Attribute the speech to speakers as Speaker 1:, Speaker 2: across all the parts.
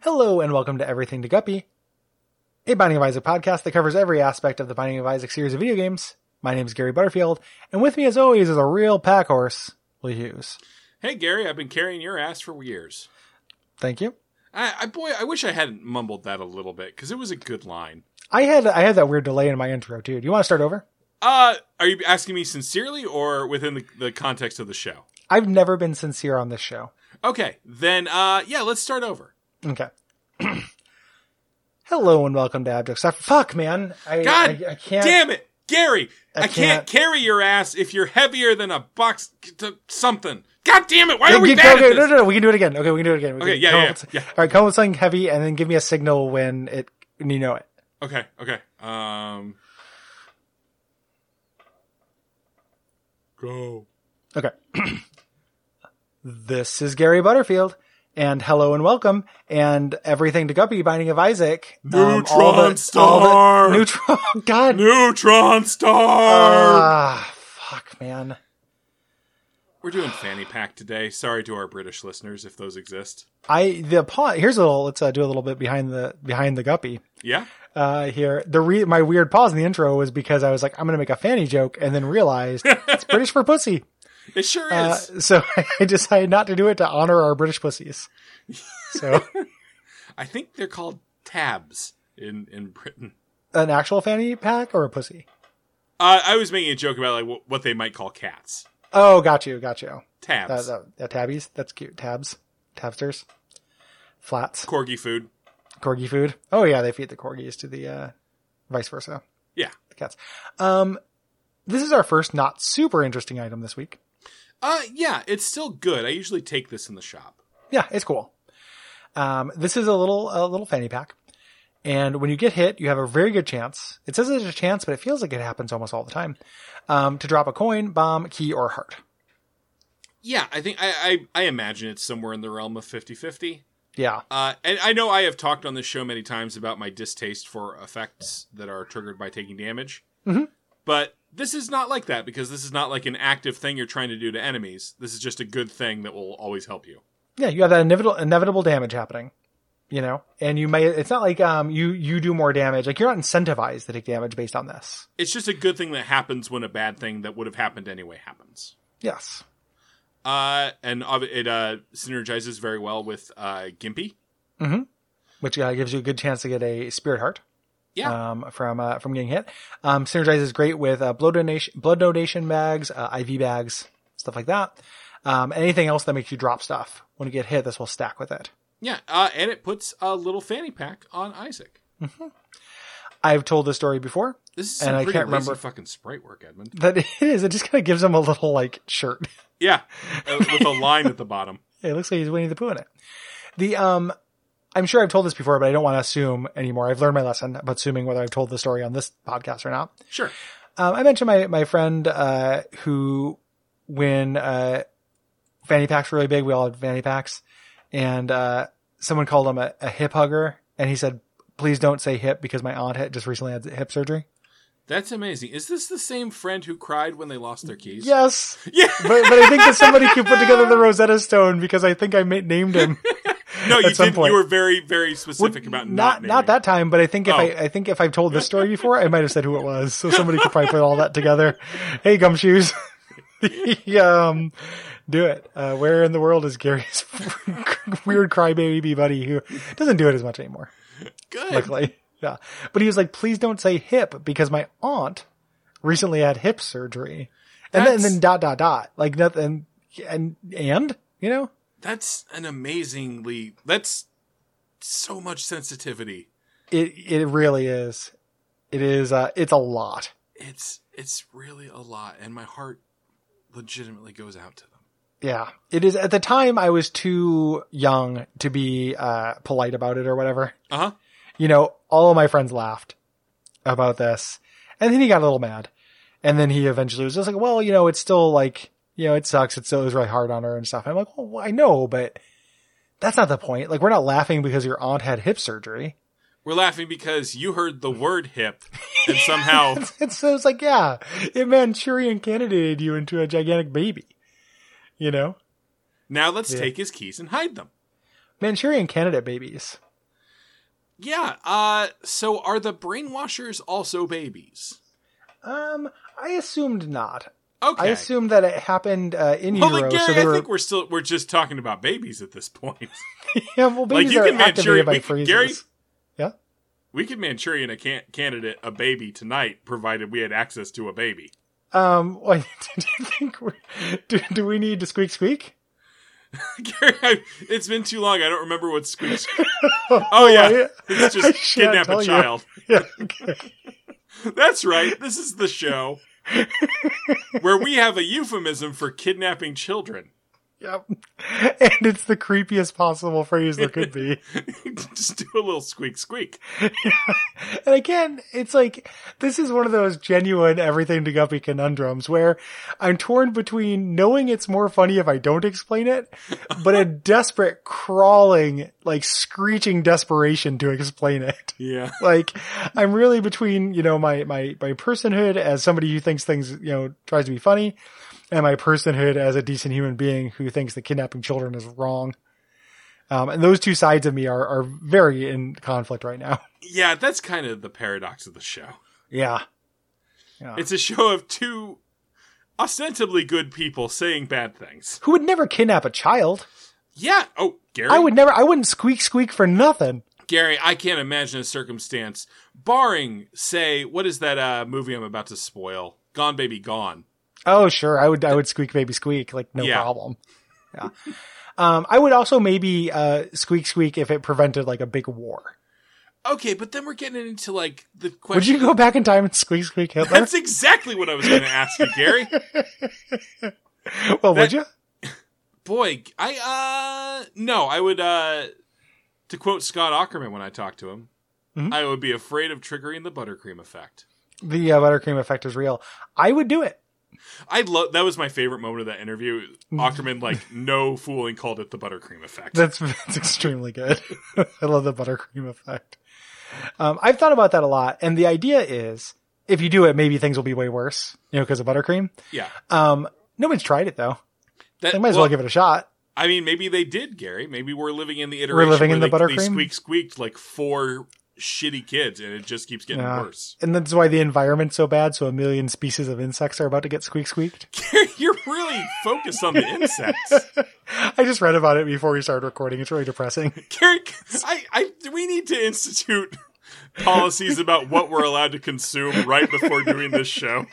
Speaker 1: Hello and welcome to Everything to Guppy, a Binding of Isaac podcast that covers every aspect of the Binding of Isaac series of video games. My name is Gary Butterfield, and with me as always is a real pack horse, Lee Hughes.
Speaker 2: Hey Gary, I've been carrying your ass for years.
Speaker 1: Thank you.
Speaker 2: I, I boy, I wish I hadn't mumbled that a little bit because it was a good line.
Speaker 1: I had I had that weird delay in my intro too. Do you want to start over?
Speaker 2: Uh, are you asking me sincerely or within the, the context of the show?
Speaker 1: I've never been sincere on this show.
Speaker 2: Okay, then uh, yeah, let's start over.
Speaker 1: Okay. Hello and welcome to Abject Stuff. Fuck, man. I,
Speaker 2: God
Speaker 1: I, I can't.
Speaker 2: Damn it, Gary!
Speaker 1: I
Speaker 2: I, can't,
Speaker 1: can't-
Speaker 2: carry your ass if you're heavier than a box to something. God damn it! Why are we
Speaker 1: Okay,
Speaker 2: bad
Speaker 1: okay,
Speaker 2: at
Speaker 1: no,
Speaker 2: this?
Speaker 1: no, no, we can do it again. Okay, we can do it again. We
Speaker 2: Okay,
Speaker 1: can
Speaker 2: yeah,
Speaker 1: come
Speaker 2: yeah,
Speaker 1: up with-
Speaker 2: yeah.
Speaker 1: All right, come up with something heavy, and then give me a signal when it when you know it.
Speaker 2: Okay, okay. Um, go.
Speaker 1: Okay. this is Gary Butterfield, and hello and welcome, and everything to Guppy Binding of Isaac. Um, all the-
Speaker 2: Neutron star!
Speaker 1: all the- neutron. God.
Speaker 2: Neutron star.
Speaker 1: Ah, fuck, man.
Speaker 2: We're doing fanny pack today. Sorry to our British listeners if those exist.
Speaker 1: I the pause. Here's a little. Let's uh, do a little bit behind the behind the Guppy.
Speaker 2: Yeah.
Speaker 1: Uh, here the re- my weird pause in the intro was because I was like I'm gonna make a fanny joke and then realized it's British for pussy.
Speaker 2: It sure
Speaker 1: Uh,
Speaker 2: is.
Speaker 1: so I decided not to do it to honor our British pussies. So
Speaker 2: I think they're called tabs in in Britain.
Speaker 1: an actual fanny pack or a pussy?
Speaker 2: Uh, I was making a joke about like wh- what they might call cats.
Speaker 1: Oh, got you, got you. That,
Speaker 2: Tabs.
Speaker 1: that, that tabbies. That's cute. Tabs, tabsters, flats,
Speaker 2: Corgi food.
Speaker 1: corgi food. Oh yeah, they feed the corgis to the uh, vice versa.
Speaker 2: Yeah.
Speaker 1: the cats. Um, this is our first not super interesting item this week.
Speaker 2: Uh yeah, it's still good. I usually take this in the shop.
Speaker 1: Yeah, it's cool. Um, this is a little a little fanny pack, and when you get hit, you have a very good chance. It says it's a chance, but it feels like it happens almost all the time. Um, to drop a coin, bomb, key, or heart.
Speaker 2: Yeah, I think I I, I imagine it's somewhere in the realm of 50-50.
Speaker 1: Yeah,
Speaker 2: Uh, and I know I have talked on this show many times about my distaste for effects that are triggered by taking damage.
Speaker 1: Mhm.
Speaker 2: But this is not like that because this is not like an active thing you're trying to do to enemies. This is just a good thing that will always help you.
Speaker 1: yeah, you have that inevitable inevitable damage happening. You know, and you may. It's not like um you you do more damage. Like you're not incentivized to take damage based on this.
Speaker 2: It's just a good thing that happens when a bad thing that would have happened anyway happens.
Speaker 1: Yes.
Speaker 2: Uh, and ob- it uh, synergizes very well with uh, Gimpy.
Speaker 1: Which uh, gives you a good chance to get a spirit heart.
Speaker 2: Yeah.
Speaker 1: Um, from uh, from getting hit. Um, synergizes great with uh, blood donation blood donation bags, uh, IV bags, stuff like that. Um, anything else that makes you drop stuff when you get hit, this will stack with it.
Speaker 2: Yeah, uh, and it puts a little fanny pack on Isaac.
Speaker 1: I've told this story before.
Speaker 2: This is
Speaker 1: And
Speaker 2: some
Speaker 1: I
Speaker 2: pretty
Speaker 1: can't
Speaker 2: lazy
Speaker 1: remember-
Speaker 2: fucking sprite work, Edmund.
Speaker 1: That it is. It just kind of gives him a little like shirt.
Speaker 2: Yeah, uh, with a line at the bottom.
Speaker 1: It looks like he's Winnie the Pooh in it. The um, I'm sure I've told this before, but I don't want to assume anymore. I've learned my lesson about assuming whether I've told the story on this podcast or not.
Speaker 2: Sure.
Speaker 1: Um, I mentioned my my friend uh, who, when uh, fanny packs were really big, we all had fanny packs, and uh, someone called him a, a hip hugger, and he said, "Please don't say hip because my aunt had just recently had hip surgery."
Speaker 2: That's amazing. Is this the same friend who cried when they lost their keys?
Speaker 1: Yes,
Speaker 2: Yeah.
Speaker 1: but but I think that somebody could put together the Rosetta Stone because I think I ma- named him.
Speaker 2: No, you
Speaker 1: At some
Speaker 2: did.
Speaker 1: point.
Speaker 2: You were very, very specific about not
Speaker 1: not not
Speaker 2: naming.
Speaker 1: that time, but I think if
Speaker 2: Oh.
Speaker 1: I I think if I've told this story before, I might have said who it was. So somebody could probably put all that together. Hey, gumshoes. The, um, do it. Uh, where in the world is Gary's weird crybaby buddy who doesn't do it as much anymore?
Speaker 2: Good.
Speaker 1: Luckily, yeah. But he was like, "Please don't say hip because my aunt recently had hip surgery," and then, and
Speaker 2: That's-
Speaker 1: then dot dot dot like nothing and and you know
Speaker 2: That's an amazingly. That's so much sensitivity.
Speaker 1: it it really is. It is. Uh, it's a lot.
Speaker 2: It's it's really a lot, and my heart legitimately goes out to them.
Speaker 1: Yeah, it is. At the time, I was too young to be uh, polite about it or whatever.
Speaker 2: Uh huh.
Speaker 1: You know, all of my friends laughed about this, and then he got a little mad, and then he eventually was just like, "Well, you know, it's still like, you know, it sucks. It's still it was really hard on her and stuff." I'm like, "Well, I know, but that's not the point. Like, we're not laughing because your aunt had hip surgery.
Speaker 2: We're laughing because you heard the word hip, and somehow
Speaker 1: And so it's like, yeah, it Manchurian candidated you into a gigantic baby. You know,
Speaker 2: now let's
Speaker 1: Yeah.
Speaker 2: take his keys and hide them.
Speaker 1: Manchurian candidate babies.
Speaker 2: Yeah. Uh, so are the brainwashers also babies?
Speaker 1: Um, I assumed not.
Speaker 2: Okay.
Speaker 1: I assumed that it happened uh, in
Speaker 2: Well,
Speaker 1: utero,
Speaker 2: then, Gary,
Speaker 1: so they
Speaker 2: I
Speaker 1: were.
Speaker 2: think we're still we're just talking about babies at this point.
Speaker 1: yeah, well, babies
Speaker 2: you
Speaker 1: are
Speaker 2: can Manchurian-
Speaker 1: activated by
Speaker 2: we can- Gary-
Speaker 1: freezes. Yeah.
Speaker 2: we could Manchurian a can- candidate a baby tonight, provided we had access to a baby.
Speaker 1: Um, wait, do you think we, do, do we need to squeak squeak?
Speaker 2: Gary, I, it's been too long. I don't remember what squeaks. Oh yeah, it's
Speaker 1: I
Speaker 2: just
Speaker 1: shan't
Speaker 2: kidnap
Speaker 1: tell
Speaker 2: a
Speaker 1: you.
Speaker 2: child.
Speaker 1: Yeah, okay.
Speaker 2: That's right. This is the show where we have a euphemism for kidnapping children.
Speaker 1: Yep. And it's the creepiest possible phrase there could be.
Speaker 2: just do a little squeak squeak.
Speaker 1: And again, it's like this is one of those genuine everything to guppy conundrums where I'm torn between knowing it's more funny if I don't explain it, but a desperate crawling, like screeching desperation to explain it.
Speaker 2: Yeah.
Speaker 1: Like I'm really between, you know, my my my personhood as somebody who thinks things, you know, tries to be funny, and my personhood as a decent human being who thinks that kidnapping children is wrong. Um, and those two sides of me are are very in conflict right now.
Speaker 2: Yeah, that's kind of the paradox of the show.
Speaker 1: Yeah.
Speaker 2: It's a show of two ostensibly good people saying bad things.
Speaker 1: Who would never kidnap a child?
Speaker 2: Yeah. Oh, Gary.
Speaker 1: I would never. I wouldn't squeak squeak for nothing.
Speaker 2: Gary, I can't imagine a circumstance barring, say, what is that uh, movie I'm about to spoil? Gone Baby Gone.
Speaker 1: Oh sure, I would. I would squeak baby squeak like no
Speaker 2: Yeah.
Speaker 1: problem. Yeah. um, I would also maybe uh squeak squeak if it prevented like a big war.
Speaker 2: Okay, but then we're getting into like the question.
Speaker 1: Would you go back in time and squeak squeak Hitler?
Speaker 2: That's exactly what I was going to ask you, Gary.
Speaker 1: well, would
Speaker 2: that-
Speaker 1: you?
Speaker 2: Boy, I uh no, I would uh to quote Scott Ackerman when I talked to him,
Speaker 1: Mhm.
Speaker 2: I would be afraid of triggering the buttercream effect.
Speaker 1: The uh, buttercream effect is real. I would do it.
Speaker 2: I love that was my favorite moment of that interview.
Speaker 1: Mm.
Speaker 2: Ackerman like no fooling called it the buttercream effect.
Speaker 1: That's that's extremely good. I love the buttercream effect. Um, I've thought about that a lot, and the idea is, if you do it, maybe things will be way worse, you know, because of buttercream.
Speaker 2: yeah.
Speaker 1: Um, no one's tried it though.
Speaker 2: That,
Speaker 1: They might as well,
Speaker 2: well,
Speaker 1: give it a shot.
Speaker 2: I mean, maybe they did, Gary. Maybe we're living in the iteration
Speaker 1: living
Speaker 2: where
Speaker 1: in the
Speaker 2: they, they
Speaker 1: buttercream?
Speaker 2: squeak squeaked like four shitty kids, and it just keeps getting
Speaker 1: Yeah.
Speaker 2: worse.
Speaker 1: And that's why the environment's so bad. So a million species of insects are about to get squeak squeaked.
Speaker 2: Gary, you're really focused on the insects.
Speaker 1: I just read about it before we started recording. It's really depressing.
Speaker 2: Gary, I, I, we need to institute policies about what we're allowed to consume right before doing this show.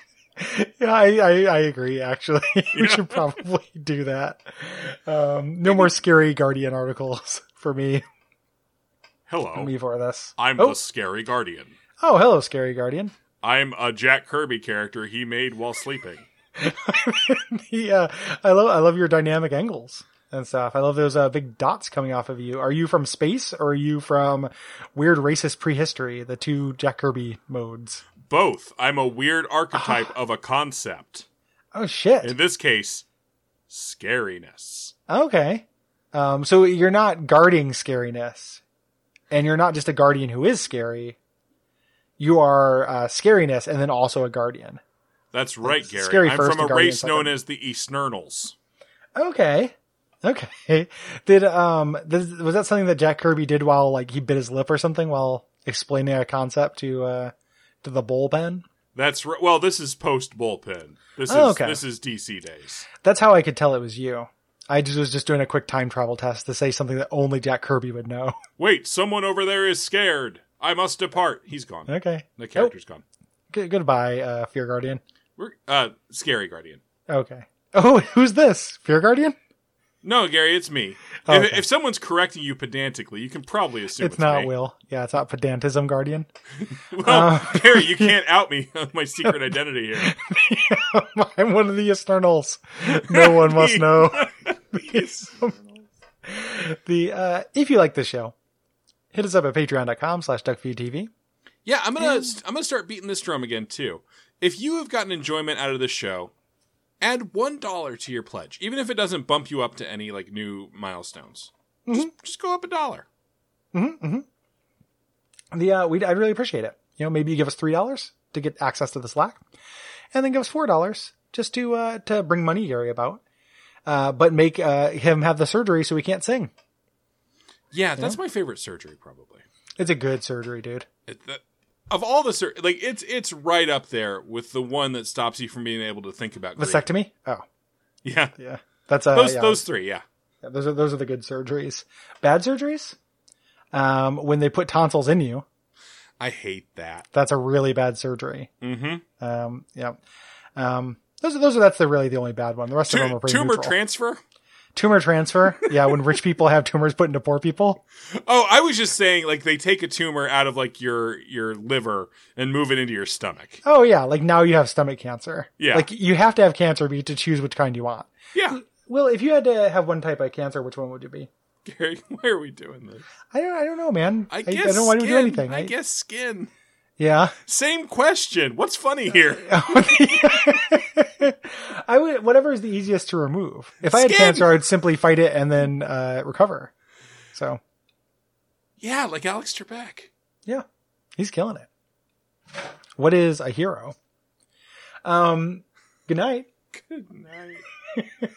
Speaker 1: yeah, I, I, I agree. Actually, we
Speaker 2: Yeah.
Speaker 1: should probably do that. Um, no more scary Guardian articles for me
Speaker 2: Hello,
Speaker 1: before this.
Speaker 2: Oh. I'm
Speaker 1: Oh.
Speaker 2: the scary guardian.
Speaker 1: Oh, hello, scary Guardian.
Speaker 2: I'm a Jack Kirby character he made while sleeping.
Speaker 1: the, uh, I love I love your dynamic angles and stuff. I love those uh, big dots coming off of you. Are you from space or are you from weird racist prehistory? The two Jack Kirby modes.
Speaker 2: Both. I'm a weird archetype
Speaker 1: Ah.
Speaker 2: of a concept.
Speaker 1: Oh shit.
Speaker 2: In this case, scariness.
Speaker 1: okay. Um, so you're not guarding scariness, and you're not just a guardian who is scary. You are uh, scariness, and then also a guardian.
Speaker 2: That's right,
Speaker 1: It's
Speaker 2: Gary.
Speaker 1: scary
Speaker 2: I'm
Speaker 1: first,
Speaker 2: from a
Speaker 1: the Guardian
Speaker 2: race known
Speaker 1: second.
Speaker 2: as the Easternals.
Speaker 1: Okay. Okay. Did um this, was that something that Jack Kirby did while like he bit his lip or something while explaining a concept to uh to the bullpen?
Speaker 2: That's right. Well, this is post bullpen. This is
Speaker 1: Oh, okay.
Speaker 2: this is DC days.
Speaker 1: That's how I could tell it was you. I just was just doing a quick time travel test to say something that only Jack Kirby would know.
Speaker 2: Wait, someone over there is scared. I must depart. He's gone.
Speaker 1: Okay.
Speaker 2: The character's
Speaker 1: Oh.
Speaker 2: gone.
Speaker 1: Good goodbye, uh Fear Guardian.
Speaker 2: We're uh scary guardian.
Speaker 1: Okay. Oh, who's this? Fear Guardian?
Speaker 2: No, Gary, it's me.
Speaker 1: Oh,
Speaker 2: if,
Speaker 1: okay.
Speaker 2: if someone's correcting you pedantically, you can probably assume it's,
Speaker 1: It's not
Speaker 2: me.
Speaker 1: Will. Yeah, it's not Pedantism Guardian.
Speaker 2: Well,
Speaker 1: Uh,
Speaker 2: Gary, you can't out me on my secret identity here.
Speaker 1: I'm one of the externals. No one must know. the uh, if you like this show, hit us up at patreon.com slash duckfeedtv.
Speaker 2: Yeah, I'm gonna I'm gonna start beating this drum again too. If you have gotten enjoyment out of this show, add one dollar to your pledge, even if it doesn't bump you up to any like new milestones.
Speaker 1: Mm-hmm.
Speaker 2: Just, just go up a dollar.
Speaker 1: The uh, we I'd really appreciate it. You know, maybe you give us three dollars to get access to the Slack, and then give us four dollars just to uh, to bring money Gary about, uh, but make uh, him have the surgery so he can't sing.
Speaker 2: Yeah, that's my favorite surgery probably.
Speaker 1: It's a good surgery, dude.
Speaker 2: It- that- of all the sur- like it's it's right up there with the one that stops you from being able to think about grief.
Speaker 1: Vasectomy? Oh,
Speaker 2: Yeah,
Speaker 1: yeah. That's uh,
Speaker 2: those
Speaker 1: yeah.
Speaker 2: those three. Yeah,
Speaker 1: Yeah, those are those are the good surgeries. Bad surgeries? Um, when they put tonsils in you,
Speaker 2: I hate that.
Speaker 1: that's a really bad surgery.
Speaker 2: Mm-hmm.
Speaker 1: Um, yeah. Um, those are, those are that's the really the only bad one. The rest of them are pretty
Speaker 2: tumor
Speaker 1: neutral.
Speaker 2: transfer.
Speaker 1: tumor transfer. Yeah, when rich people have tumors put into poor people.
Speaker 2: Oh, I was just saying, like they take a tumor out of like your your liver and move it into your stomach.
Speaker 1: Oh yeah, like now you have stomach cancer.
Speaker 2: Yeah.
Speaker 1: like you have to have cancer but you to choose which kind you want.
Speaker 2: Yeah,
Speaker 1: Well, if you had to have one type of cancer, which one would it be?
Speaker 2: Gary, why are we doing this?
Speaker 1: I don't. I don't know, man.
Speaker 2: I
Speaker 1: I
Speaker 2: guess
Speaker 1: don't know why
Speaker 2: skin.
Speaker 1: we do anything.
Speaker 2: I, guess skin.
Speaker 1: Yeah.
Speaker 2: Same question. What's funny here?
Speaker 1: I would whatever is the easiest to remove. If I had
Speaker 2: Skin.
Speaker 1: cancer, I would simply fight it and then uh, recover. So
Speaker 2: yeah, like Alex Trebek.
Speaker 1: yeah, he's killing it. What is a hero? Um. Good night.
Speaker 2: Good night.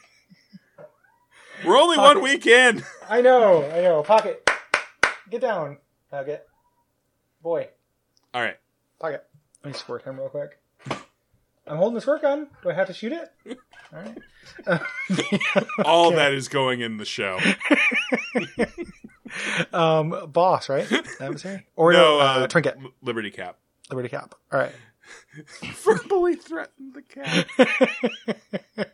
Speaker 2: We're only one week in.
Speaker 1: I know. I know. Pocket. Get down. Pocket. Boy.
Speaker 2: All right.
Speaker 1: Pocket. Let me squirt him real quick. I'm holding the squirt gun. Do I have to shoot it? All right.
Speaker 2: All that is going in the show.
Speaker 1: Um, boss, right? That was her. Or
Speaker 2: No,
Speaker 1: no,
Speaker 2: uh,
Speaker 1: uh, trinket.
Speaker 2: L- Liberty Cap.
Speaker 1: Liberty cap. All right.
Speaker 2: Verbally threatened the cat.